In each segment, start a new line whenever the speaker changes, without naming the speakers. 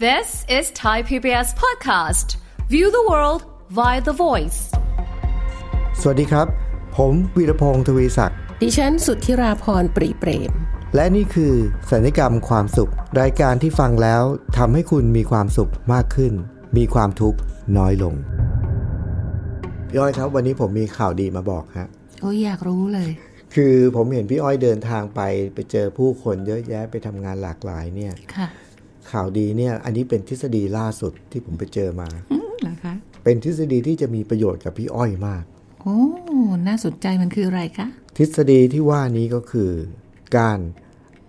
This is Thai PBS Podcast. View the world via the voice.
สวัสดีครับ ผมวีรพงศ์ทวีศักดิ์
ดิฉันสุทธิราพรปรีเปรม
และนี่คือสัญญกรรมความสุข รายการที่ฟังแล้วทำให้คุณมีความสุขมากขึ้น มีความทุกข์น้อยลง พี่อ้อยครับ วันนี้ผมมีข่าวดีมาบอกฮะ
โอ้ยอยากรู้เลย
คือผมเห็นพี่อ้อยเดินทางไป ไปเจอผู้คนเยอะแยะไปทำงานหลากหลายเนี่ย
ค่ะ
ข่าวดีเนี่ย อันนี้เป็นทฤษฎีล่าสุดที่ผมไปเจอมา
เหรอคะ
เป็นทฤษฎีที่จะมีประโยชน์กับพี่อ้อยมาก
โอ้ น่าสนใจมันคืออะไรคะ
ทฤษฎีที่ว่านี้ก็คือ การ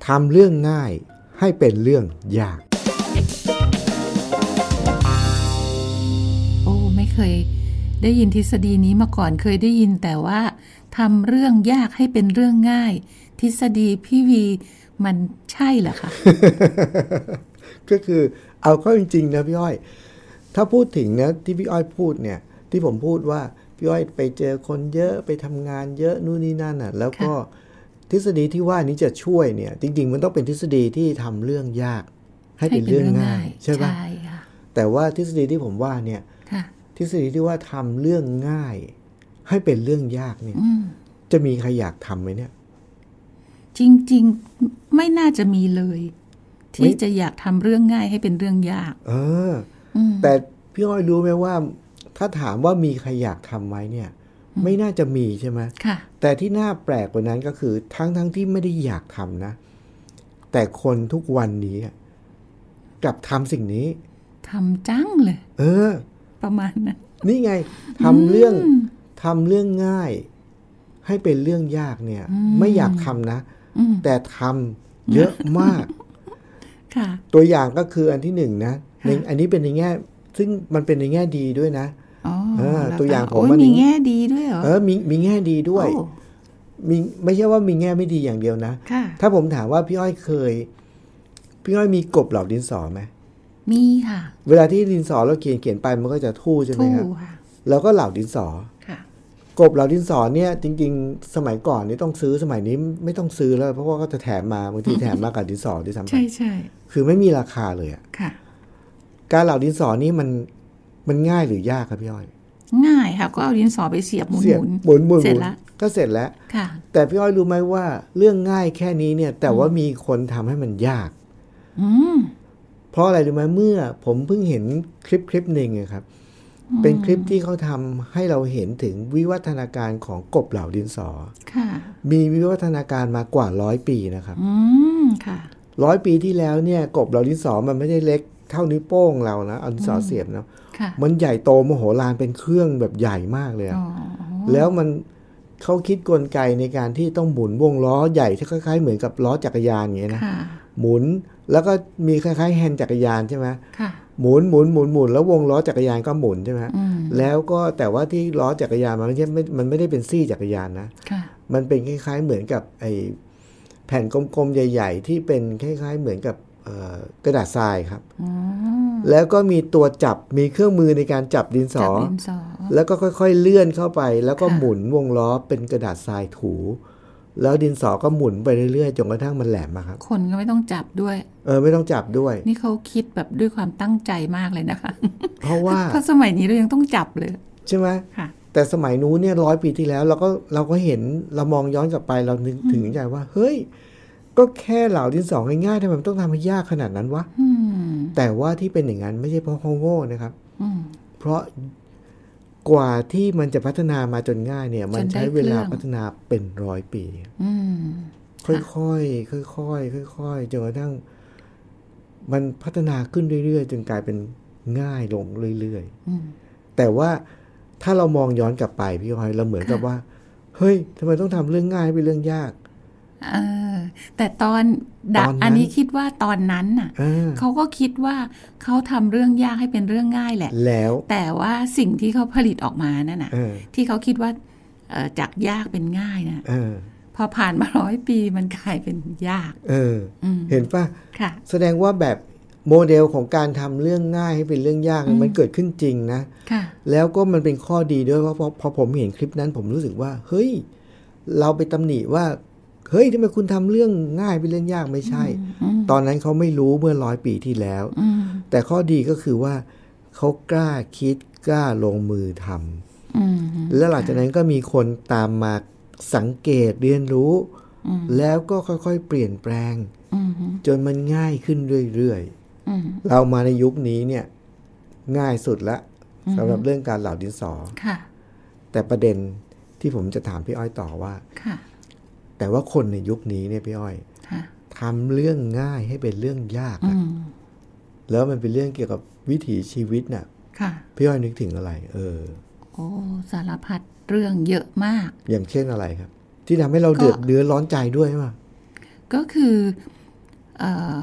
ทำเรื่องง่ายให้เป็นเรื่องยาก
โอ้ ไม่เคย ได้ยินทฤษฎีนี้มาก่อนเคยได้ยินแต่ว่าทำเรื่องยากให้เป็นเรื่องง่าย ทฤษฎีพี่วีมันใช่เหรอคะ
ก็คือเอาเข้าจริง ๆ นะพี่อ้อย ถ้าพูดถึงนะที่พี่อ้อยพูดเนี่ย ที่ผมพูดว่าพี่อ้อยไปเจอคนเยอะไปทำงานเยอะนู่นนี่นั่นน่ะ แล้วก็ทฤษฎีที่ว่านี้จะช่วยเนี่ย จริง ๆ มันต้องเป็นทฤษฎีที่ทำเรื่องยาก ให้เป็นเรื่องง่าย ใช่ปะ
ใช่ค่ะ
แต่ว่าทฤษฎีที่ผมว่าเนี่ย
ค่ะ
ทฤษฎีที่ว่าทำเรื่องง่าย ให้เป็นเรื่องยากเนี่ย
อืม
จะมีใครอยากทำไหมเนี่ย
จริง ๆ ไม่น่าจะมีเลย ที่จะอยากทำเรื่องง่ายให้เป็นเรื่องยาก
เอออ
ม
แต่พี่อ้อยรู้ไหมว่า ถ้าถามว่ามีใครอยากทำไหมเนี่ย ไม่น่าจะมีใช่ไหม
ค่ะ
แต่ที่น่าแปลกกว่านั้นก็คือ ทั้งทั้งที่ไม่ได้อยากทำนะ แต่คนทุกวันนี้อะกลับทำสิ่งนี้
ทำจังเลย
เออ
ประมาณนั้น
นี่ไงทำเรื่องทำเรื่องง่าย ให้เป็นเรื่องยากเนี่ย ไม่อยากทำนะ
อืม
แต่ทำเยอะมาก
ค่ะ
ตัวอย่างก็คืออันที่หนึ่งนะในอันนี้เป็นในแง่ ซึ่งมันเป็นในแง่ดีด้วยนะ
อ๋อ
เออ
เหรคะ
ตัวอย่างผม
โอ้ย
ว่ามี
มีแง่ดีด้วยเหรอ
เออมีมีแง่ดีด้วย
โอ้
มีไม่ใช่ว่ามีแง่ไม่ดีอย่างเดียวนะ
ค่ะ
ถ้าผมถามว่าพี่อ้อยเคย พี่อ้อยมีกบเหล่าดินสอไหม
มีค่ะ
เวลาที่ดินสอเราเขียนเขียนไปมันก็จะทู่ใช่ไหม
ถู
ครับ
กค่ะ
แล้วก็เหล่าดินสอ
ค่ะ
กบเหล่าดินสอเนี่ย จริง ๆ สมัยก่อนนี่ต้องซื้อสมัยนี้ไม่ต้องซื้อแล้ว เพราะว่าก็จะแถมมาบางทีแถมมากับดินสอด้วยซ้ำไป
ใช่ใช่
คือไม่มีราคาเลยอะ
ค่ะ
การเหล่าดินสอนี่มันมันง่ายหรือยากครับพี่อ้อย
ง่ายค่ะ ก็เอาดินสอไปเสียบหมุน
เสียบ
ๆ
หมุนหมุนห
เสร็จ
มุน
ละ
ก็เสร็จแล้ว
ค่ะ
แต่พี่อ้อยรู้ไหมว่า เรื่องง่ายแค่นี้เนี่ย แต่ว่ามีคนทำให้มันยาก
อืม
เพราะอะไรรู้ไหมเมื่อผมเพิ่งเห็นคลิปคลิปหนึ่งอะครับ เป็นคลิปที่เขาทำให้เราเห็นถึงวิวัฒนาการของกบเหล่าดินสอ
ค่ะ
มีวิวัฒนาการมากว่าร้อยปีนะครับ
อืมค่ะ
ร้อยปีที่แล้วเนี่ย กบเหล่าดินสอมันไม่ได้เล็กเท่านิ้วโป้งเรานะเอาดินสอเสียบนะ
ค่ะ
มันใหญ่โตมโหฬารเป็นเครื่องแบบใหญ่มากเลยอะ
อ๋อ
แล้วมันเขาคิดกลไกในการที่ต้องหมุนวงล้อใหญ่ที่คล้ายๆเหมือนกับล้อจักรยานอย่างเงี้ยนะ
ค่ะ
หมุนแล้วก็มีคล้ายๆแฮนด์จักรยานใช่ไหม
ค่ะ
หมุนหมุนหมุนหมุนแล้ววงล้อจักรยานก็หมุนใช่ไหม
อืม
แล้วก็แต่ว่าที่ล้อจักรยานมันไม่ใช่ไม่มันไม่ได้เป็นซี่จักรยานนะ
ค่ะ
มันเป็นคล้าย ๆ เหมือนกับไอแผ่นกลมๆใหญ่ ๆ ที่เป็นคล้าย ๆ เหมือนกับเอ่อกระดาษทรายครับ
อ๋อ
แล้วก็มีตัวจับมีเครื่องมือในการจับดินส
จับ
อ
ดินสอ
แล้วก็ค่อยๆเลื่อนเข้าไป แล้วก็
ค่ะ
หมุนวงล้อเป็นกระดาษทรายถู แล้วดินสอก็หมุนไปเรื่อยๆจนกระทั่งมันแหลมอะครับ
คนก็ไม่ต้องจับด้วย
เออไม่ต้องจับด้วย
นี่เขาคิดแบบด้วยความตั้งใจมากเลยนะคะ
เพราะว่า
เพราะสมัยนี้เรายังต้องจับเลย
ใช่ไหม
ค่ะ
แต่สมัยนู้นเนี่ยร้อยปีที่แล้วเราก็เราก็เห็นเรามองย้อนกลับไปเรานึกถึงใจว่า เฮ้ย ก็แค่เหล่าดินสอง่ายๆทำไมมันต้องทำให้ยากขนาดนั้นวะ
อืม
แต่ว่าที่เป็นอย่างนั้นไม่ใช่เพราะเขาโง่นะครับ
อืม
เพราะกว่าที่มันจะพัฒนามาจนง่ายเนี่ย มัน
จนได้
ใช้เวลาพัฒนาเป็นร้อยปี
อืม
ค่อยๆค่อยๆค่อยๆจนกระทั่งมันพัฒนาขึ้นเรื่อยๆจนกลายเป็นง่ายลงเรื่อยๆ
อืม
แต่ว่าถ้าเรามองย้อนกลับไปพี่พลอยเราเหมือนกับ
ค่ะ
ว่า เฮ้ยทำไมต้องทำเรื่องง่ายเป็นเรื่องยาก
เออแต่ตอนดะ
ตอนนั้น
อันนี้คิดว่าตอนนั้นน่ะ
อ่า
เขาก็คิดว่าเขาทำเรื่องยากให้เป็นเรื่องง่ายแหละ
แล้ว
แต่ว่าสิ่งที่เขาผลิตออกมานั่นน่ะ
เออ
ที่เขาคิดว่าเอ่อจากยากเป็นง่ายน่ะ
เออ
พอผ่านมาร้อยปีมันกลายเป็นยาก
เออ
อืม
เห็นป่ะ
ค่ะ
แสดงว่าแบบโมเดลของการทำเรื่องง่ายให้เป็นเรื่องยากเนี่ยมันเกิดขึ้นจริงนะ
ค่ะ
แล้วก็มันเป็นข้อดีด้วยเพราะพอพอผมเห็นคลิปนั้นผมรู้สึกว่า เฮ้ย เราไปตำหนิว่า เฮ้ยทำไมคุณทำเรื่องง่ายเป็นเรื่องยากไม่ใช่
อืม
ตอนนั้นเขาไม่รู้เมื่อร้อยปีที่แล้ว
อืม
แต่ข้อดีก็คือว่าเขากล้าคิดกล้าลงมือทำ
อืม
แล้วหลังจากนั้นก็มีคนตามมาสังเกตเรียนรู้
อืม
แล้วก็ค่อยๆ เปลี่ยนแปลง
อืม
จนมันง่ายขึ้นเรื่อย
อืม
ๆ เรามาในยุคนี้เนี่ย ง่ายสุดละสำหรับเรื่องการเหล่าดินสอ
ค่ะ
แต่ประเด็นที่ผมจะถามพี่อ้อยต่อว่า
ค่ะ
แต่ว่าคนในยุคนี้เนี่ยพี่อ้อย
ค่ะ
ทำเรื่องง่ายให้เป็นเรื่องยาก
อื
อะ
ม
แล้วมันเป็นเรื่องเกี่ยวกับวิถีชีวิตน่ะ
ค่ะ
พี่อ้อยนึกถึงอะไร เออ
โอ้สารพัดเรื่องเยอะมาก
อย่างเช่นอะไรครับ ที่ทำให้เราเดือดเนื้อร้อนใจด้วยใช่ไหม
ก็คือเอ่อ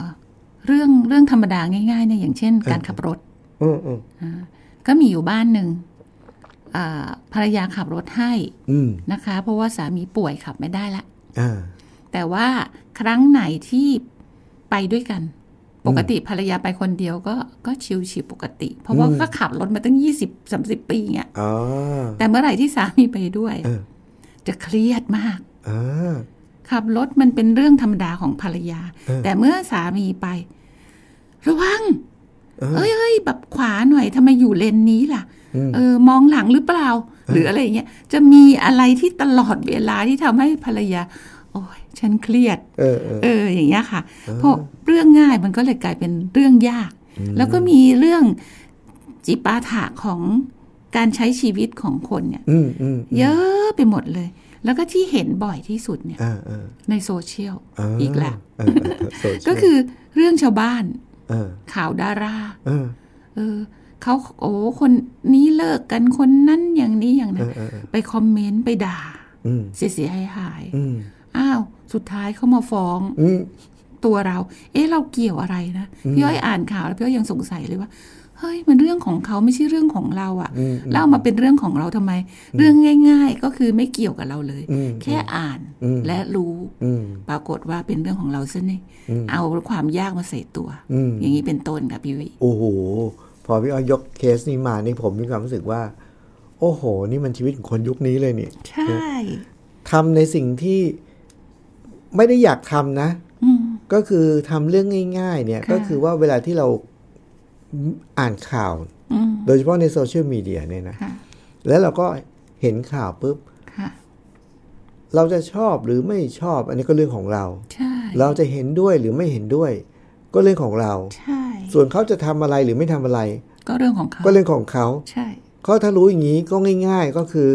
เรื่องเรื่องธรรมดาง่ายๆเนี่ยอย่างเช่น การขับรถ
อืมอืม
ก็มีอยู่บ้านหนึ่งอ่าภรรยาขับรถให้
อืม
นะคะ เพราะว่าสามีป่วยขับไม่ได้ละ
อ่า
แต่ว่าครั้งไหนที่ไปด้วยกัน ปกติภรรยาไปคนเดียวก็ก็ชิวๆปกติ เพราะว่าก็ขับรถมาตั้งยี่สิบสามสิบปีเงี้ย
อ๋อ
แต่เมื่อไหร่ที่สามีไปด้วย
เออ
จะเครียดมาก
อ่า
ขับรถมันเป็นเรื่องธรรมดาของภรรยา
เออ
แต่เมื่อสามีไประวัง
เออ
เอ้ยเอ้ยแบบขวาหน่อยทำไมอยู่เลนนี้ล่ะ
อืม
เออ มองหลังหรือเปล่า หรืออะไรอย่างเงี้ย จะมีอะไรที่ตลอดเวลาที่ทำให้ภรรยา โอ้ยฉันเครียด
เออเออ
เออ อย่างเงี้ยค่ะ เพราะเรื่องง่ายมันก็เลยกลายเป็นเรื่องยาก แล้วก็มีเรื่องจิปาถะของการใช้ชีวิตของคนเนี่ย
อืมอืม
เยอะไปหมดเลย แล้วก็ที่เห็นบ่อยที่สุดเนี่ย
อ่าเออ
ในโซเชียล
อ่า
อีกแล้ว
เออเออเออ social
ก็คือเรื่องชาวบ้าน
เออ
ข่าวดารา
เออ
เออเขาโอ้คนนี้เลิกกันคนนั้นอย่างนี้อย่าง
เอ
นั้น
อเออเออ
ไปคอมเมนต์ไปด่า
อืม
เสียเสียหายหาย
อืม
อ้าว สุดท้ายเขามาฟ้อง
อืม
ตัวเรา เอ๊ะ เราเกี่ยวอะไรนะพี่อ้อยอ่านข่าวแล้วพี่อ้อยยังสงสัยเลยว่า เฮ้ยมันเรื่องของเขาไม่ใช่เรื่องของเราอะ
อืม
แล้วเอามาเป็นเรื่องของเราทำไม เรื่องง่าย ๆ ก็คือไม่เกี่ยวกับเราเลย
อืม
แค่อ่าน
อืม
และรู้
อืม
ปรากฏว่าเป็นเรื่องของเราซะนี่
อืม
เอาความยากมาใส่ตัว
อืม
อย่างนี้เป็นต้นค่ะพี่วิ
โอ้โห พอพี่อ้อยยกเคสนี้มานี่ผมมีความรู้สึกว่า โอ้โห นี่มันชีวิตของคนยุคนี้เลยนี่
ใช่
ทำในสิ่งที่ไม่ได้อยากทำนะ
อืม
ก็คือทำเรื่องง่าย ๆ เนี่ย
ค่ะ
ก็คือว่าเวลาที่เราอ่านข่าว
อืม
โดยเฉพาะในโซเชียลมีเดียเนี่ยนะ
ค่ะ
แล้วเราก็เห็นข่าวปุ๊บ
ค่ะ
เราจะชอบหรือไม่ชอบ อันนี้ก็เรื่องของเรา
ใช่
เราจะเห็นด้วยหรือไม่เห็นด้วย ก็เรื่องของเรา
ใช่
ส่วนเขาจะทำอะไรหรือไม่ทำอะไร
ก็เรื่องของเขา
ก็เรื่องของเขา
ใช่
ก็ถ้ารู้อย่างนี้ก็ง่าย ๆ ก็คือ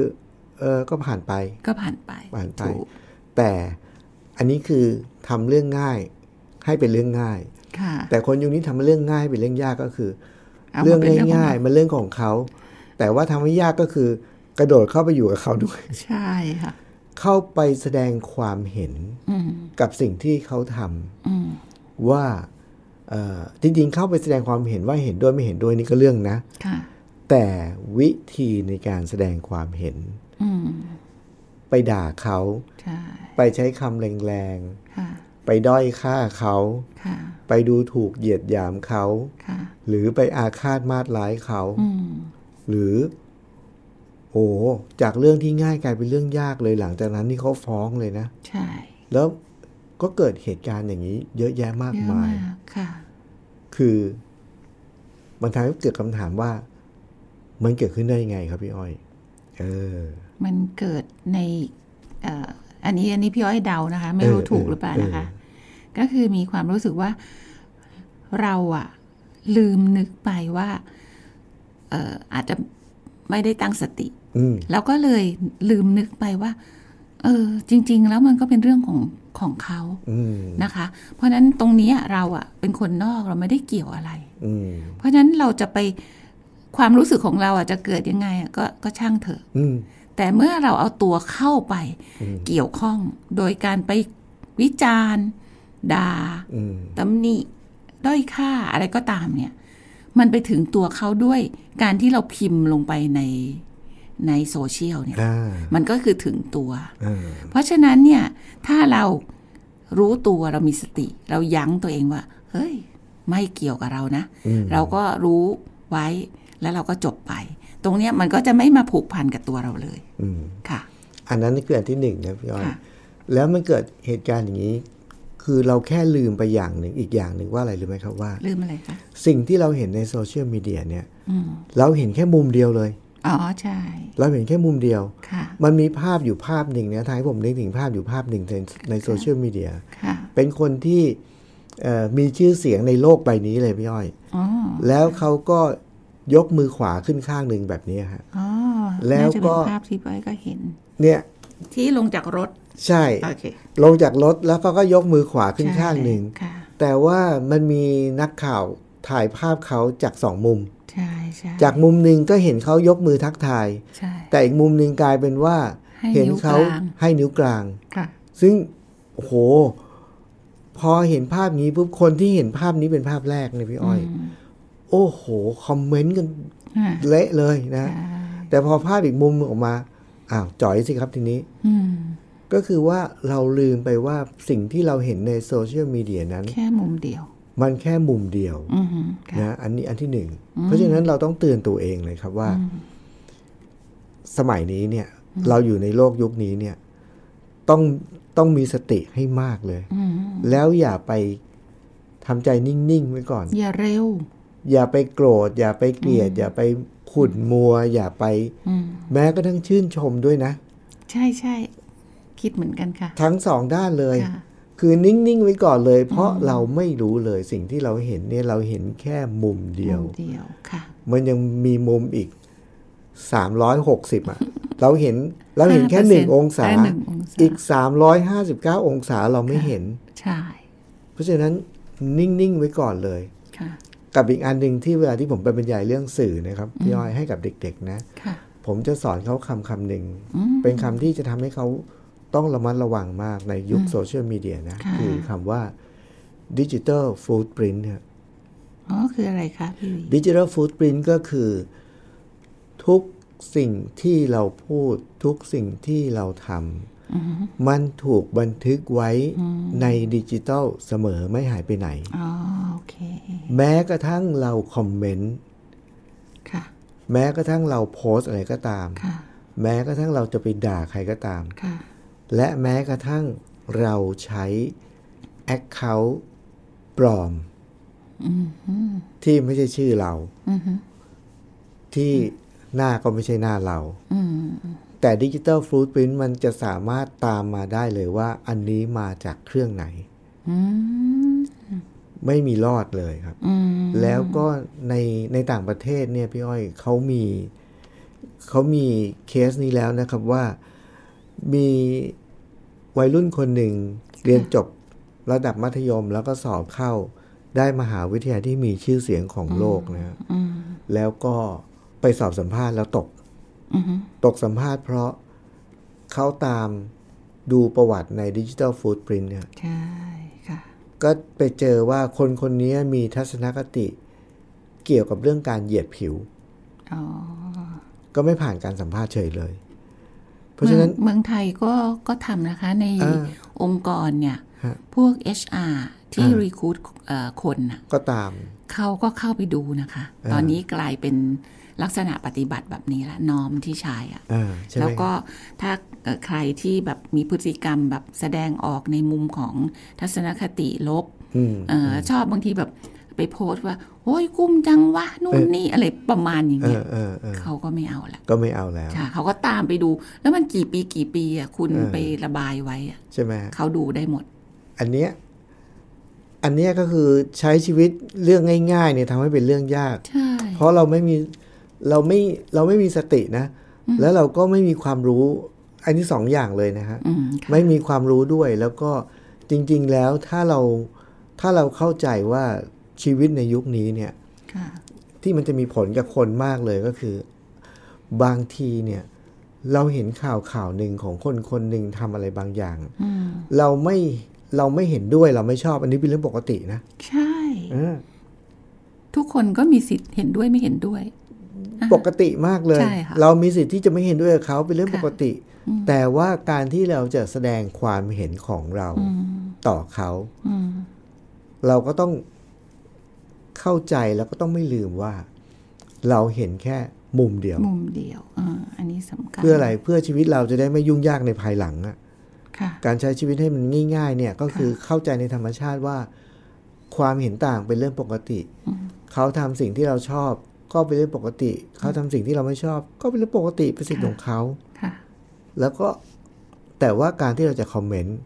เออก็ผ่านไป
ก็ผ่านไป
ผ่านไป
ถูก
แต่อันนี้คือทำเรื่องง่าย ให้เป็นเรื่องง่าย
ค่ะ
แต่คนยุคนี้ทำเรื่องง่ายเป็นเรื่องยากก็คือ
ามา
เรื่อง
ป็นข
ง่าย
เร
ๆมันเรื่องของเขา แต่ว่าทำให้ยากก็คือ กระโดดเข้าไปอยู่กับเขาด้วย
าใช่ค่ะ
เข้าไปแสดงความเห็น
อืม
กับสิ่งที่เขาทำ
อืม
ว่าเอ่อจริงๆเข้าไปแสดงความเห็นว่าเห็นด้วยไม่เห็นด้วยนี่ก็เรื่องนะ
ค่ะ
แต่วิธีในการแสดงความเห็น
อืม
ไปด่าเขา
ใช่
ไปใช้คำแรง
ค่ะ
ๆ ไปด้อยค่าเขา
ค่ะ
ไปดูถูกเหยียดหยามเขา
ค่ะ
หรือไปอาฆาตมาดร้ายเขา
อืม
หรือ โอ้จากเรื่องที่ง่ายกลายเป็นเรื่องยากเลยหลังจากนั้นนี่เขาฟ้องเลยนะ
ใช่
แล้วก็เกิดเหตุการณ์อย่างนี้ เยอะแยะมาก
เยอะ
มาม
าย กค่ะ
คือ มันทำให้เกิดคำถามว่า มันเกิดขึ้นได้ยังไงครับพี่อ้อย เออ
มันเกิดในเอ่ออันนี้อันนี้พี่อ้อยเดานะคะ ไม่รู้
เออ
ถูก
เออ
หรือเปล่า
เออ
นะคะ ก็คือมีความรู้สึกว่าเราอะลืมนึกไปว่าเอ่ออาจจะไม่ได้ตั้งสติ
อืม
แล้วก็เลยลืมนึกไปว่า เออ จริง ๆ แล้วมันก็เป็นเรื่องของของเขา
อืม
นะคะ เพราะฉะนั้นตรงเนี้ยเราอะเป็นคนนอกเราไม่ได้เกี่ยวอะไร
อืม
เพราะฉะนั้นเราจะไปความรู้สึกของเราอะจะเกิดยังไงอะก็ก็ช่างเถอะ
อืม
แต่เมื่อเราเอาตัวเข้าไป
อืม
เกี่ยวข้อง โดยการไปวิจารณ์ด่า
อืม
ตำหนิด้อยค่าอะไรก็ตามเนี่ย มันไปถึงตัวเขาด้วยการที่เราพิมพ์ลงไปในในโซเชียลเนี่ย
อ่า
มันก็คือถึงตัว
อ่า
เพราะฉะนั้นเนี่ย ถ้าเรารู้ตัวเรามีสติ เรายั้งตัวเองว่า เฮ้ย ไม่เกี่ยวกับเรานะ
อืม
เราก็รู้ไว้แล้วเราก็จบไป ตรงเนี้ยมันก็จะไม่มาผูกพันกับตัวเราเลย
อืม
ค่ะ
อันนั้นคืออันที่หนึ่งนะพี่อ้อย
ค่ะ
แล้วมันเกิดเหตุการณ์อย่างนี้ คือเราแค่ลืมไปอย่างหนึ่งอีกอย่างหนึ่งว่าอะไรรู้ไหมครับว่า
ลืมอะไรคะ
สิ่งที่เราเห็นในโซเชียลมีเดียเนี่ยเราเห็นแค่มุมเดียวเลย
อ๋อ ใช่
เราเห็นแค่มุมเดียว
ค่ะ
มันมีภาพอยู่ภาพหนึ่งเนี่ยทายผมนึกถึงภาพอยู่ภาพหนึ่งในในโซเชียลมีเดีย
ค่ะ
เป็นคนที่เอ่อมีชื่อเสียงในโลกใบนี้เลยพี่อ้อย
อ๋อ
แล้วเขาก็ยกมือขวาขึ้นข้างหนึ่งแบบนี้ฮะ
อ๋อ
แล้วก็
น่าจะเป็นภาพที่ป้อยก็เห็น
เนี่ย
ที่ลงจากรถ
ใช่
โอเค
ลงจากรถแล้วเขาก็ยกมือขวาขึ้นข้างหนึ่ง
ใช่ค่ะ
แต่ว่ามันมีนักข่าวถ่ายภาพเขาจากสองมุม
ใช่ใช่
จากมุมหนึ่งก็เห็นเขายกมือทักทาย
ใช่
แต่อีกมุมหนึ่งกลายเป็นว่า
ให้
เห็น
นิ้ว
เขา
กลาง
ให้นิ้วกลาง
ค่ะ
ซึ่งโอ้โห พอเห็นภาพนี้ปุ๊บคนที่เห็นภาพนี้เป็นภาพแรกเนี่ยพี่อ้อย โอ้โห คอมเมนต์กัน
อ่า
เละเลยนะ
ใช่
แต่พอภาพอีกมุมออกมาอ้าวจ่อยสิครับทีนี้
อืม
ก็คือว่าเราลืมไปว่าสิ่งที่เราเห็นในโซเชียลมีเดียนั้น
แค่มุมเดียว
มันแค่มุมเดียว
อืมค่ะ
นะอันนี้อันที่หนึ่ง เพราะฉะนั้นเราต้องเตือนตัวเองเลยครับว่า สมัยนี้เนี่ย เราอยู่ในโลกยุคนี้เนี่ย ต้องต้องมีสติให้มากเลย
อืม
แล้วอย่าไปทำใจนิ่ง ๆ ไว้ก่อน
อย่าเร็ว
อย่าไปโกรธ อย่าไปเกลียด อย่าไปขุ่นมัว อย่าไป
อืม
แม้กระทั่งชื่นชมด้วยนะ
ใช่ใช่ คิดเหมือนกันค่ะ
ทั้งสองด้านเลย
ค่ะ
คือนิ่ง ๆ ไว้ก่อนเลย เพราะเราไม่รู้เลยสิ่งที่เราเห็นเนี่ยเราเห็นแค่มุมเดียว
มุมเดียว ค่ะ
มันยังมีมุมอีกสามร้อยหกสิบอ่ ะ เราเห็นเราเห็นแค่หนึ่ง
5%
องศา
ได้หนึ่งองศา
อีกสามร้อยห้าสิบเก้าองศาเราไม่เห็น
ใช่
เพราะฉะนั้นนิ่ง ๆ ไว้ก่อนเลย
ค่ะ
กับอีกอันหนึ่งที่เวลาที่ผมไปบรรยายเรื่องสื่อนะครับพี่อ้อยให้กับเด็ก ๆ นะ
ค่ะ
ผมจะสอนเขาคำคำหนึ่ง เป็นคำที่จะทำให้เขาต้องระมัดระวังมากในยุคโซเชียลมีเดียนะ
ค่ะ
คือคำว่าดิจิ t a ลฟูดปรินต์เนี่ย
อ๋อ คืออะไรคะพี่วี
ดิจิ t a ลฟูดปรินต์ก็คือ ทุกสิ่งที่เราพูด ทุกสิ่งที่เราทำมันถูกบันทึกไว้ในดิจิตอลเสมอไม่หายไปไหน
อ๋อ โอเค
แม้กระทั่งเราคอมเมนต์
ค่ะ
แม้กระทั่งเราโพสต์อะไรก็ตาม
ค่ะ
แม้กระทั่งเราจะไปด่าใครก็ตาม
ค่ะ
และแม้กระทั่งเราใช้ Account ปลอม ที่ไม่ใช่ชื่อเรา ที่หน้าก็ไม่ใช่หน้าเรา แต่ดิจิตอลฟ o ู t พิ i น t มันจะสามารถตามมาได้เลยว่า อันนี้มาจากเครื่องไหน
อืม
ไม่มีรอดเลยครับ
อืม
แล้วก็ในในต่างประเทศเนี่ยพี่อ้อยเขามีเขามีเคสนี้แล้วนะครับว่ามีวัยรุ่นคนหนึ่งเรียนจบระดับมัธยมแล้วก็สอบเข้าได้มหาวิทยาลัยที่มีชื่อเสียงของโลกนะฮะแล้วก็ไปสอบสัมภาษณ์แล้วตก
อือฮึ
ตกสัมภาษณ์เพราะเขาตามดูประวัติในดิจิทัลฟูดปรินเนี่ย
ใช่ค่ะ
ก็ไปเจอว่าคนคนนี้มีทัศนคติ เกี่ยวกับเรื่องการเหยียดผิว
อ๋อ
ก็ไม่ผ่านการสัมภาษณ์เฉยเลย เพราะฉะนั้น
เมืองเมืองไทยก็ก็ทำนะคะใน
อ่า
องค์กรเนี่ย
ฮะ
พวก HR ที่รีคูดคนน่ะ
ก็ตาม
เขาก็เข้าไปดูนะคะ ตอนนี้กลายเป็นลักษณะปฏิบัติแบบนี้ละนอมที่ใช้อะ
อ่าใช่ไห
แล้
ม
วก็ถ้าเอ่อใครที่แบบมีพฤติกรรมแบบแสดงออกในมุมของทัศนคติลบ
อืม
เออชอบบางทีแบบไปโพสต์ว่า โอ้ยกุ้มจังวะนู่นนี่อะไรประมาณอย่าง
เอ
เงี้
อย เออเออ
เขาก็ไม่เอาละ
ก็ไม่เอาแล้ว
ค่ะเขาก็ตามไปดู แล้วมันกี่ปีกี่ปีอ่ะคุณ
เออ
ไประบายไว้อะ
ใช่ไหมฮะ
เขาดูได้หมด
อันเนี้ยอันเนี้ยก็คือใช้ชีวิตเรื่องง่ายๆเนี่ยทำให้เป็นเรื่องยาก
ใช่
เพราะเราไม่มีเราไม่เราไม่มีสตินะ แล้วเราก็ไม่มีความรู้ อันนี้สองอย่างเลยนะฮะ
อืมค่ะ
ไม่มีความรู้ด้วยแล้วก็จริง ๆ แล้วถ้าเราถ้าเราเข้าใจว่าชีวิตในยุคนี้เนี่ย
ค่ะ
ที่มันจะมีผลกับคนมากเลยก็คือ บางทีเนี่ย เราเห็นข่าวข่าวหนึ่งของคนคนหนึ่งทำอะไรบางอย่าง
อืม
เราไม่เราไม่เห็นด้วยเราไม่ชอบอันนี้เป็นเรื่องปกตินะ
ใช่
เออ
ทุกคนก็มีสิทธิ์เห็นด้วยไม่เห็นด้วย
ปกติมากเลย
ใช่ค่ะ
เรามีสิทธิ์ที่จะไม่เห็นด้วยกับเขาเป็นเรื่อง
ค่ะ
ปกติ แต่ว่าการที่เราจะแสดงความเห็นของเราต่อเขา
อืม
เราก็ต้องเข้าใจแล้วก็ต้องไม่ลืมว่า เราเห็นแค่มุมเดียว
มุมเดียวเอออันนี้สำคัญ
เพื่ออะไรเพื่อชีวิตเราจะได้ไม่ยุ่งยากในภายหลังอะ
ค่ะ
การใช้ชีวิตให้มันง่าย ๆ เนี่ยก็คือเข้าใจในธรรมชาติว่า ความเห็นต่างเป็นเรื่องปกติ เขาทำสิ่งที่เราชอบ ก็เป็นเรื่องปกติ เขาทำสิ่งที่เราไม่ชอบ ก็เป็นเรื่องปกติเป็นสิทธิ์ของเขา
ค่ะ
แล้วก็แต่ว่าการที่เราจะคอมเมนต์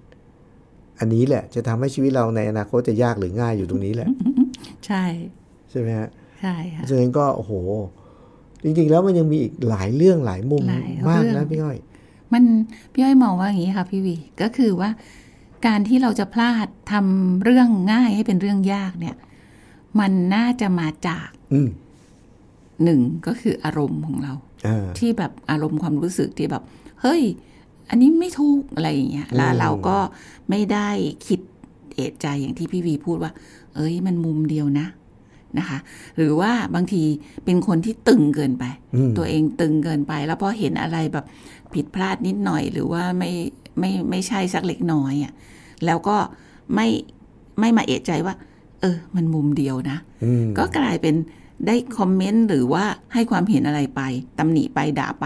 อันนี้แหละ จะทำให้ชีวิตเราในอนาคตจะยากหรือง่ายอยู่ตรงนี้แหละ
ใช่
ใช่ไหมฮะ
ใช่ค่ะ
ฉะนั้นก็โอ้โห จริง ๆ แล้วมันยังมีอีกหลายเรื่องหลายมุม
หลายเรื่อง
มากนะพี่อ้อย
มันพี่อ้อยมองว่าอย่างนี้ค่ะพี่วีก็คือว่าการที่เราจะพลาดทำเรื่องง่ายให้เป็นเรื่องยากเนี่ย มันน่าจะมาจาก
อืม
หนึ่งก็คืออารมณ์ของเรา
อ่า
ที่แบบอารมณ์ความรู้สึกที่แบบ เฮ้ย อันนี้ไม่ถูกอะไรอย่างเงี้ยแล้วเราก็ไม่ได้คิดเอะใจอย่างที่พี่วีพูดว่า เอ้ยมันมุมเดียวนะนะคะ หรือว่าบางทีเป็นคนที่ตึงเกินไป
อืม
ตัวเองตึงเกินไป แล้วพอเห็นอะไรแบบผิดพลาดนิดหน่อย หรือว่าไม่ไม่ไม่ใช่สักเล็กน้อยอ่ะแล้วก็ไม่ไม่มาเอะใจว่า เออ มันมุมเดียวนะ
อืม
ก็กลายเป็นได้คอมเมนต์หรือว่าให้ความเห็นอะไรไปตำหนิไปด่าไป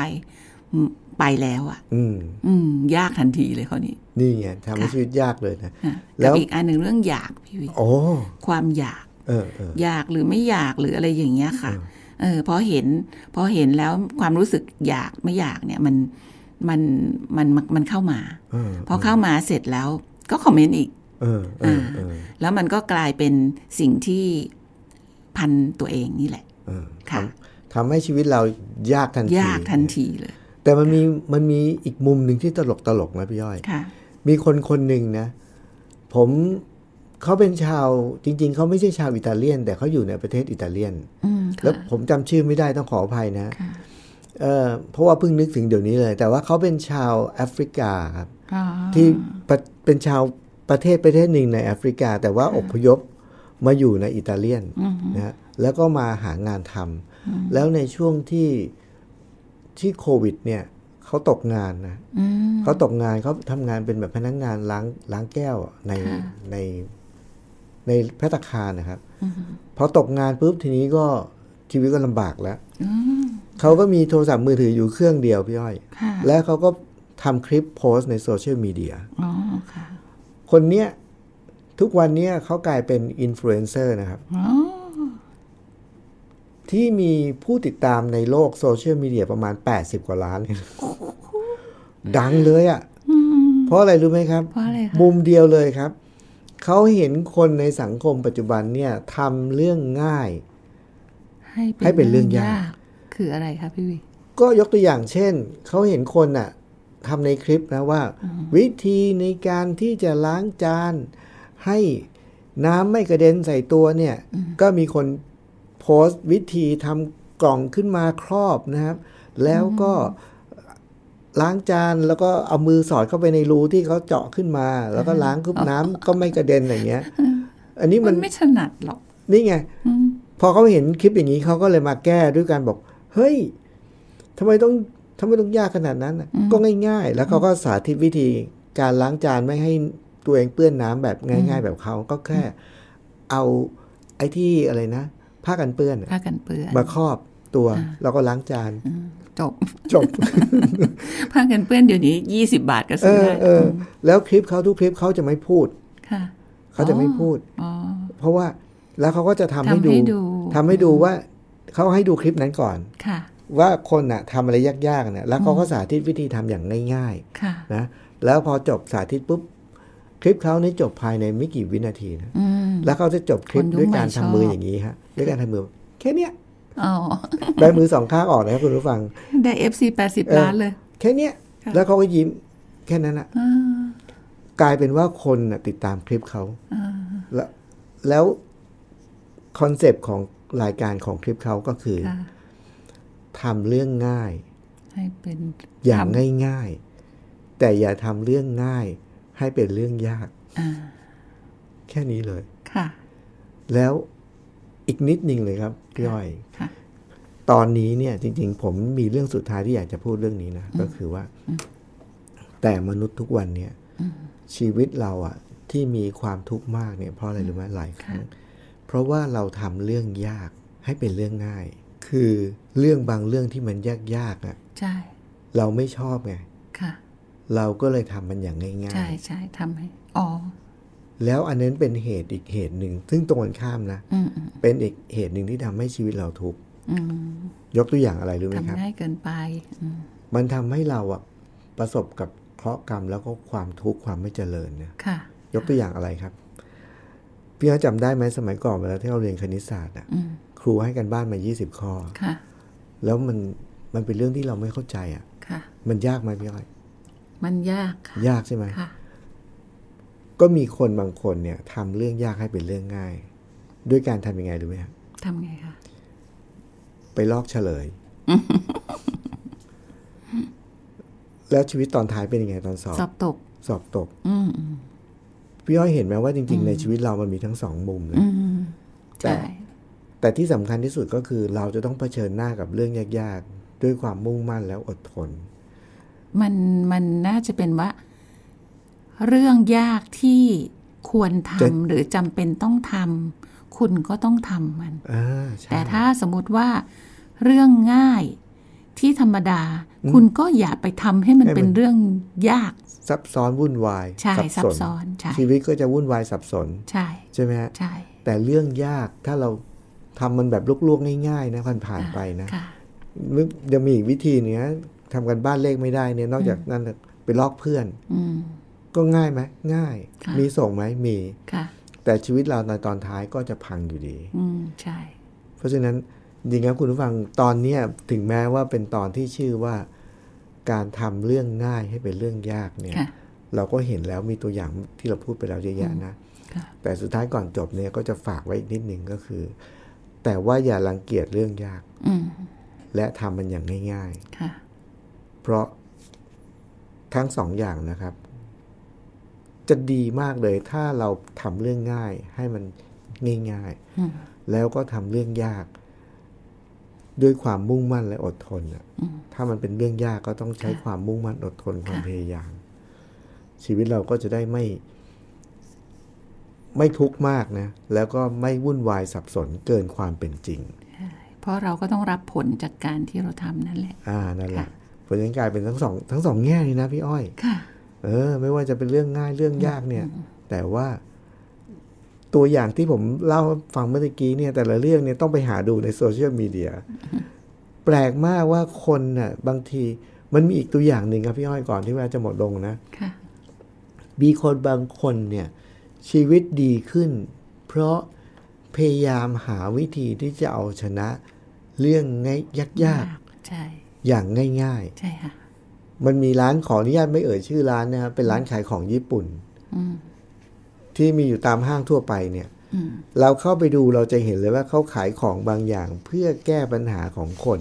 อืมไปแล้วอะ่ะ
อืม
อืม ยากทันทีเลยข้อนี้
นี่ไงทำให้ชีวิตยากเลยนะ
อ่ะ
แล้
กั
ว
บอีกอันหนึ่งเรื่องอยากพี่วิ
โอ้
ความอยาก
เออเออ
อยากหรือไม่อยากหรืออะไรอย่างเงี้ยค่ะ เออพอเห็น พอเห็นแล้วความรู้สึกอยากไม่อยากเนี่ยมันมันมันมันมันเข้ามา
เออ
พอเข้ามาเสร็จแล้วก็คอมเมนต์อีก
เออเออเออ
แล้วมันก็กลายเป็นสิ่งที่พันตัวเองนี่แหละ
เออ
ค่ะ
ทำทำให้ชีวิตเรายากทันที
ยากทันทีเลย
แต่มันมีมันมีอีกมุมหนึ่งที่ตลกตลกนะพี่ย้อย
ค่ะ
มีคนคนหนึ่งนะ ผมเขาเป็นชาวจริง ๆ เขาไม่ใช่ชาวอิตาเลียน แต่เขาอยู่ในประเทศอิตาเลียน
อืม
แล้ว
ค่ะ
ผมจำชื่อไม่ได้ต้องขออภัยนะ
ค่ะ
เออเพราะว่าเพิ่งนึกถึงเดี๋ยวนี้เลย แต่ว่าเขาเป็นชาวแอฟริกาครับ
อ๋อ
ที่ประเป็นชาวประเทศประเทศหนึ่งในแอฟริกา แต่ว่าอพยพมาอยู่ในอิตาเลียนนะฮะแล้วก็มาหางานทำแล้วในช่วงที่ที่โควิดเนี่ยเขาตกงานนะ
อืม
เขาตกงานเขาทำงานเป็นแบบพนักงานล้างล้างแก้วอะในในในพัตตาคารนะครับพอตกงานปุ๊บทีนี้ก็ชีวิตก็ลำบากแล้ว
อืม
เขาก็มีโทรศัพท์มือถืออยู่เครื่องเดียวพี่อ้อย
ค่ะ
และเขาก็ทำคลิปโพสต์ในโซเชียลมีเดีย
อ๋อค่ะ
คนเนี้ยทุกวันเนี้ยเขากลายเป็นอินฟลูเอนเซอร์นะครับ
อ๋อ
ที่มีผู้ติดตามในโลกโซเชียลมีเดียประมาณ 80 กว่าล้านเนี่ยดังเลยอะ่ะ
อืม
เพราะอะไรรู้ไหมครับ
เพราะอะไรคะ
มุมเดียวเลยครับ เขาเห็นคนในสังคมปัจจุบันเนี่ยทำเรื่องง่าย ให้เป็นเรื่องยาก
คืออะไรคะพี่วี
ก็ยกตัวอย่างเช่น เขาเห็นคนน่ะทำในคลิปนะว่า วิธีในการที่จะล้างจาน ให้น้ำไม่กระเด็นใส่ตัวเนี่ย ก็มีคนโพสต์วิธีทำกล่องขึ้นมาครอบนะครับ แล้วก็ล้างจานแล้วก็เอามือสอดเข้าไปในรูที่เขาเจาะขึ้นมา แล้วก็ล้างปุ๊บน้ำก็ไม่กระเด็นอย่างเงี้ย อันนี้มั
มั
น น
ไม่ถนัดหรอก
นี่ไง
อืม
พอเขาเห็นคลิปอย่างนี้เขาก็เลยมาแก้ด้วยการบอก เฮ้ยทำไมต้องทำไมต้องยากขนาดนั้นน่ะก็ง่ายๆ แล้วเขาก็สาธิตวิธีการล้างจานไม่ให้ตัวเองเปื้อนน้ำแบบง่าย ๆ แบบเขาก็แค่ เอาไอ้ที่อะไรนะผ้ากันเปื้อนน่ะ
ผ้ากันเปื้อน
มาครอบตัวแล้วก็ล้างจาน
อืมจบ
จบ
ผ้ากันเปื้อนเดี๋ยวนี้ยี่สิบาทก็
เอ
ซื้อ
อ
ได้
เออแล้วคลิปเขาทุกคลิปเขาจะไม่พูด
ค่ะ
เขาจะไม่พูด
อ๋อ
เพราะว่าแล้วเขาก็จะทำให้
ทำให้
ดู
ดู
ทำให้ดูว่าเขาให้ดูคลิปนั้นก่อน
ค่ะ
ว่าคนน่ะทำอะไรยากๆเนี่ยแล้วเขาก็สาธิตวิธีทำอย่างง่าย
ค่ะ
ๆนะแล้วพอจบสาธิตปุ๊บ คลิปเขานี่จบภายในไม่กี่วินาทีนะ
อืม
แล้วเขาจะจบคลิป
คนยุค
ด้วยการ
ใหม่ช
ทำ
อบ
มืออย่างนี้ฮะด้วยการทำมือแค่เนี้ย
อ๋อ
ใบมือสองข้างออกนะครับคุณผู้ฟัง
ได้เอฟซีแปดสิบ
เออ
ล้านเลย
แค่เนี้ย
ค่ะ
แล้วเขาก็ยิ้มแค่นั้นอะ
อ่าก
ลายเป็นว่าคนน่ะติดตามคลิปเขา
อ่า
แล้วแล้วคอนเซปต์ของรายการของคลิปเขาก็คือ
ค่ะ
ทำเรื่องง่าย
ให้เป็น
อย่าง
ทำ
ง่ายๆ แต่อย่าทำเรื่องง่าย ให้เป็นเรื่องยาก
อ่า
แค่นี้เลย
ค่ะ
แล้วอีกนิดหนึงเลยครับพี่อ้อย
ค่ะ
ตอนนี้เนี่ยจริงๆ ผมมีเรื่องสุดท้ายที่อยากจะพูดเรื่องนี้นะ ก็คือว่า แต่มนุษย์ทุกวันเนี่ย ชีวิตเราอะที่มีความทุกข์มากเนี่ยเพราะอะไรรู้ไหมหลายครั้ง เพราะว่าเราทำเรื่องยากให้เป็นเรื่องง่าย คือเรื่องบางเรื่องที่มันยากๆอะ
ใช่
เราไม่ชอบไง
ค่ะ
เราก็เลยทำมันอย่างง่า
ใช่
ย
ใช่ทำให้อ๋อ
ๆ แล้วอันนั้นเป็นเหตุอีกเหตุหนึ่ง ซึ่งตรงกันข้ามนะ
อืมอืม
เป็นอีกเหตุหนึ่งที่ทำให้ชีวิตเราทุกข์
อืม
ยกตัวอย่างอะไรรู้ไหมครับ
ทำง่ายเกินไปอืม
มันทำให้เราอะประสบกับเคราะห์กรรมแล้วก็ความทุกข์ความไม่เจริญนะ
ค่ะ
ยกตัวอย่างอะไรครับ พี่เขาจำได้ไหมสมัยก่อนเวลาที่เราเรียนคณิตศาสตร์อะ
อืม
ครูให้กันบ้านมา 20 ข้อ
ค่ะ
แล้วมันมันเป็นเรื่องที่เราไม่เข้าใจอะ
ค่ะ
มันยากไหมพี่อ้อย
มันยากค่ะ
ยากใช่ไหม
ค่ะ
ก็มีคนบางคนเนี่ยทำเรื่องยากให้เป็นเรื่องง่าย ด้วยการทำยังไงรู้ไหมครับ
ทำไงคะ
ไปลอกเฉลย แล้วชีวิตตอนท้ายเป็นยังไงตอนสอบ
สอบตก
สอบตก
อืมอืม
พี่อ้อยเห็นไหมว่าจริง ๆ ในชีวิตเรามันมีทั้งสองมุมเลย
อืม
แต่
ใช่
แต่ที่สำคัญที่สุดก็คือเราจะต้องเผชิญหน้ากับเรื่องยากๆ ด้วยความมุ่งมั่นแล้วอดทน
มันมันน่าจะเป็นว่า เรื่องยากที่ควรทำ
จะ
หรือจำเป็นต้องทำคุณก็ต้องทำมัน
อ่าใช่
แต่ถ้าสมมติว่าเรื่องง่ายที่ธรรมดา คุณก็อย่าไปทำให้มันเป็นเรื่องยาก
ซับซ้อนวุ่นวาย
ใช่
สั
ซั
บบ ส
ซ้อน น ใช่
ชีวิตก็จะวุ่นวายสับสน
ใช่
ใช่ไหมฮะ
ใช่
แต่เรื่องยากถ้าเราทำมันแบบลวกๆง่าย ๆ นะผ่านๆไปนะ
ค่ะ
มึกยังมีอีกวิธีเนี้ยทำกันบ้านเลขไม่ได้เนี่ยนอกจากนั้นน่ะไปลอกเพื่อน
อืม
ก็ง่ายไหมง่าย
ค่ะ
มีส่งไหมมี
ค่ะ
แต่ชีวิตเราในตอนท้ายก็จะพังอยู่ดี
อืม ใช่
เพราะฉะนั้นจริงๆครับคุณผู้ฟังตอนเนี้ยถึงแม้ว่าเป็นตอนที่ชื่อว่าการทำเรื่องง่ายให้เป็นเรื่องยากเนี่ย
ค่ะ
เราก็เห็นแล้วมีตัวอย่างที่เราพูดไปแล้วเยอะแยะนะ
ค่ะ
แต่สุดท้ายก่อนจบเนี่ยก็จะฝากไว้อีกนิดนึงก็คือ แต่ว่าอย่ารังเกียจเรื่องยาก
อืม
และทำมันอย่างง่าย
ค่ะ
ๆ เพราะทั้งสองอย่างนะครับ จะดีมากเลยถ้าเราทำเรื่องง่ายให้มันง่าย ๆ
อืม
แล้วก็ทำเรื่องยาก ด้วยความมุ่งมั่นและอดทนน่ะ
อืม
ถ้ามันเป็นเรื่องยากก็ต้องใช้ความมุ่งมั่นอดทนความพยายาม ชีวิตเราก็จะได้ไม่ ไม่ทุกข์มากนะ แล้วก็ไม่วุ่นวายสับสนเกินความเป็นจริง
เพราะเราก็ต้องรับผลจากการที่เราทำนั่นแหละ
อ่านั่นแหละ
ค่ะ
ผลยังกลายเป็นทั้งสองทั้งสองแง่เลยนะพี่อ้อย
ค่ะ
เออ ไม่ว่าจะเป็นเรื่องง่ายเรื่องยากเนี่ย แต่ว่าตัวอย่างที่ผมเล่าให้ฟังเมื่อตะกี้เนี่ย แต่ละเรื่องเนี่ยต้องไปหาดูในโซเชียลมีเดียแปลกมากว่าคนน่ะ บางทีมันมีอีกตัวอย่างหนึ่งครับพี่อ้อยก่อนที่เวลาจะหมดลงนะ
ค่ะ
มีคนบางคนเนี่ย ชีวิตดีขึ้น เพราะพยายามหาวิธีที่จะเอาชนะ เรื่องง่ายยาก
ใช่
ๆอย่างง่าย ๆ
ใช่ค่ะ
มันมีร้านขออนุญาตไม่เอ่ยชื่อร้านนะครับเป็นร้านขายของญี่ปุ่นที่มีอยู่ตามห้างทั่วไปเนี่ย
อืม
เราเข้าไปดูเราจะเห็นเลยว่าเขาขายของบางอย่าง เพื่อแก้ปัญหาของคน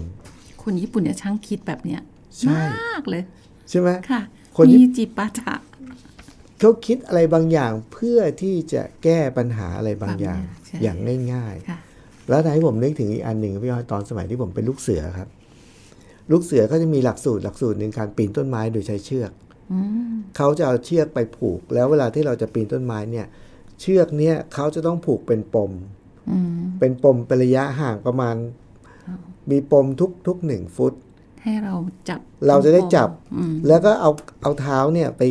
คนญี่ปุ่นเนี่ยช่างคิดแบบเนี้ย
ใช่
มากเลย
ใช่ไหม
ค่ะ
คนญี่
มี
ปุ่น
จิปาถะ
เขาคิดอะไรบางอย่างเพื่อที่จะแก้ปัญหาอะไรบางอย่าง
ใช่
อย่างง่าย
ค่ะ
ๆ แล้วทำให้ผมนึกถึงอีกอันหนึ่งพี่อ้อยตอนสมัยที่ผมเป็นลูกเสือครับ ลูกเสือก็จะมีหลักสูตรหลักสูตรหนึ่งการปีนต้นไม้โดยใช้เชือก
อืม
เขาจะเอาเชือกไปผูก แล้วเวลาที่เราจะปีนต้นไม้เนี่ย เชือกเนี่ยเขาจะต้องผูกเป็นปม
อืม
เป็นปมเป็นระยะห่างประมาณ มีปมทุกทุกหนึ่งฟุต
ให้เราจับ
เราจะได้จับ
อืม
แล้วก็เอาเอาเท้าเนี่ยไป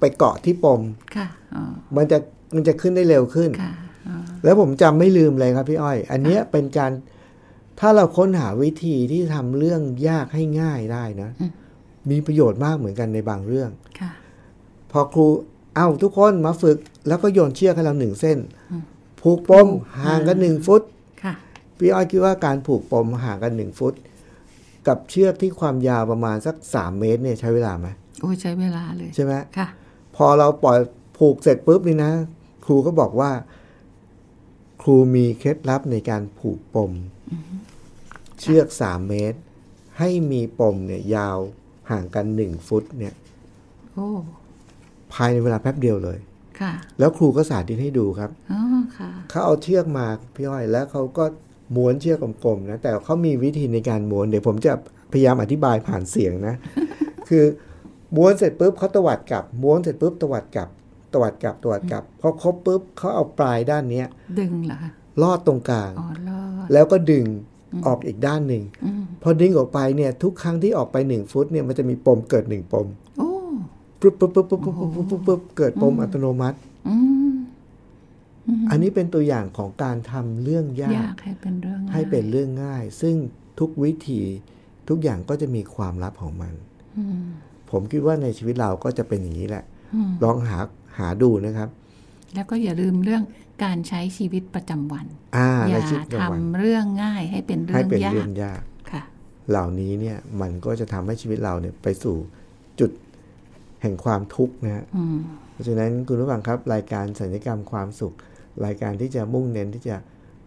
ไปเกาะที่ปม
ค่ะอ๋อ
มันจะมันจะขึ้นได้เร็วขึ้น
ค่ะอ๋อ
แล้วผมจำไม่ลืมเลยครับพี่อ้อย อันเนี้ยเป็นการถ้าเราค้นหาวิธีที่ทำเรื่องยากให้ง่ายได้นะ มีประโยชน์มากเหมือนกันในบางเรื่อง
ค่ะ
พอครู เอ้าทุกคนมาฝึก แล้วก็โยนเชือกให้เราหนึ่งเส้น
อืม
ผูกปมห่างกันหนึ่งฟุต
ค่ะ
พี่อ้อยคิดว่าการผูกปมห่างกันหนึ่งฟุต กับเชือกที่ความยาวประมาณสักสามเมตรเนี่ยใช้เวลาไหม
โอ้ยใช้เวลาเลย
ใช่ไหม
ค่ะ
พอเราปล่อยผูกเสร็จปุ๊บนี่นะ ครูก็บอกว่า ครูมีเคล็ดลับในการผูกปม เชือกสามเมตร ให้มีปมเนี่ย ยาวห่างกันหนึ่งฟุต เนี่ย
โอ้
ภายในเวลาแป๊บเดียวเลย
ค่ะ
แล้วครูก็สาธิตให้ดูครับ
อ๋อค่ะ
เขาเอาเชือกมาพี่อ้อยแล้วเขาก็ม้วนเชือกกลมๆนะ แต่เขามีวิธีในการม้วนเดี๋ยวผมจะพยายามอธิบายผ่านเสียงนะ คือม้วนเสร็จปุ๊บเขาตวัดกลับ ม้วนเสร็จปุ๊บตวัดกลับ ตวัดกลับตวัดกลับพอครบปุ๊บเขาเอาปลายด้านเนี้ย
ดึงเหรอคะ
ลอดตรงกลาง
อ๋อลอด
แล้วก็ดึงออกอีกด้านหนึ่ง
อืม
พอดึงออกไปเนี่ยทุกครั้งที่ออกไปหนึ่งฟุตเนี่ยมันจะมีปมเกิดหนึ่งปม
โอ้
ปุ๊บปุ๊บปุ๊บปุ๊บปุ๊บปุ๊บปุ๊บปุ๊บเกิดปมอัตโนมัติ
อืม
อันนี้เป็นตัวอย่างของการทำเรื่องยา
อก ยากให้เป็นเรื่อง
ให้เป็นเรื่องง่าย ซึ่งทุกวิธีทุกอย่างก็จะมีความลับของมัน
อืม
ผมคิดว่าในชีวิตเราก็จะเป็นอย่างนี้แหละ
อืม
ลองหาหาดูนะครับ
แล้วก็อย่าลืมเรื่องการใช้ชีวิตประจำวัน
อ่า
อ
ใน
ย่า
ชีวิตประจำวัน
ทำเรื่องง่ายให้เป็นเรื่
ให้
อง
เป็น
ยา
เรื่อก งยาก
ค่ะ
เหล่านี้เนี่ยมันก็จะทำให้ชีวิตเราเนี่ยไปสู่จุดแห่งความทุกข์นะฮะ
อืม
เพราะฉะนั้นคุณผู้ฟังครับรายการสัญญกรรมความสุข รายการที่จะมุ่งเน้นที่จะ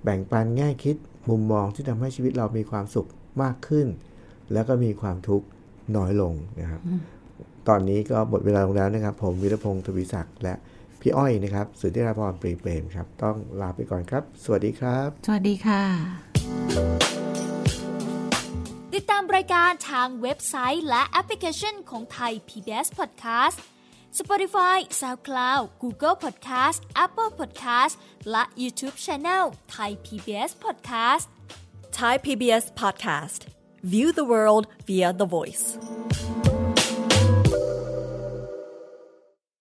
แบ่งปันแง่คิด มุมมองที่ทำให้ชีวิตเรามีความสุขมากขึ้น แล้วก็มีความทุกข์น้อยลงนะครับ ตอนนี้ก็หมดเวลาลงแล้วนะครับ ผมวิรพงศ์ทวีศักดิ์และพี่อ้อยนะครับสุทธิราพรปรีเปรมครับ ต้องลาไปก่อนครับ สวัสดีครับ
สวัสดีค่ะ
ติดตามรายการทางเว็บไซต์และแอปพลิเคชันของไทย PBS Podcast Spotify SoundCloud Google Podcast Apple Podcast และ YouTube Channel ไทย PBS Podcast
Thai PBS Podcast. View the world via the voice.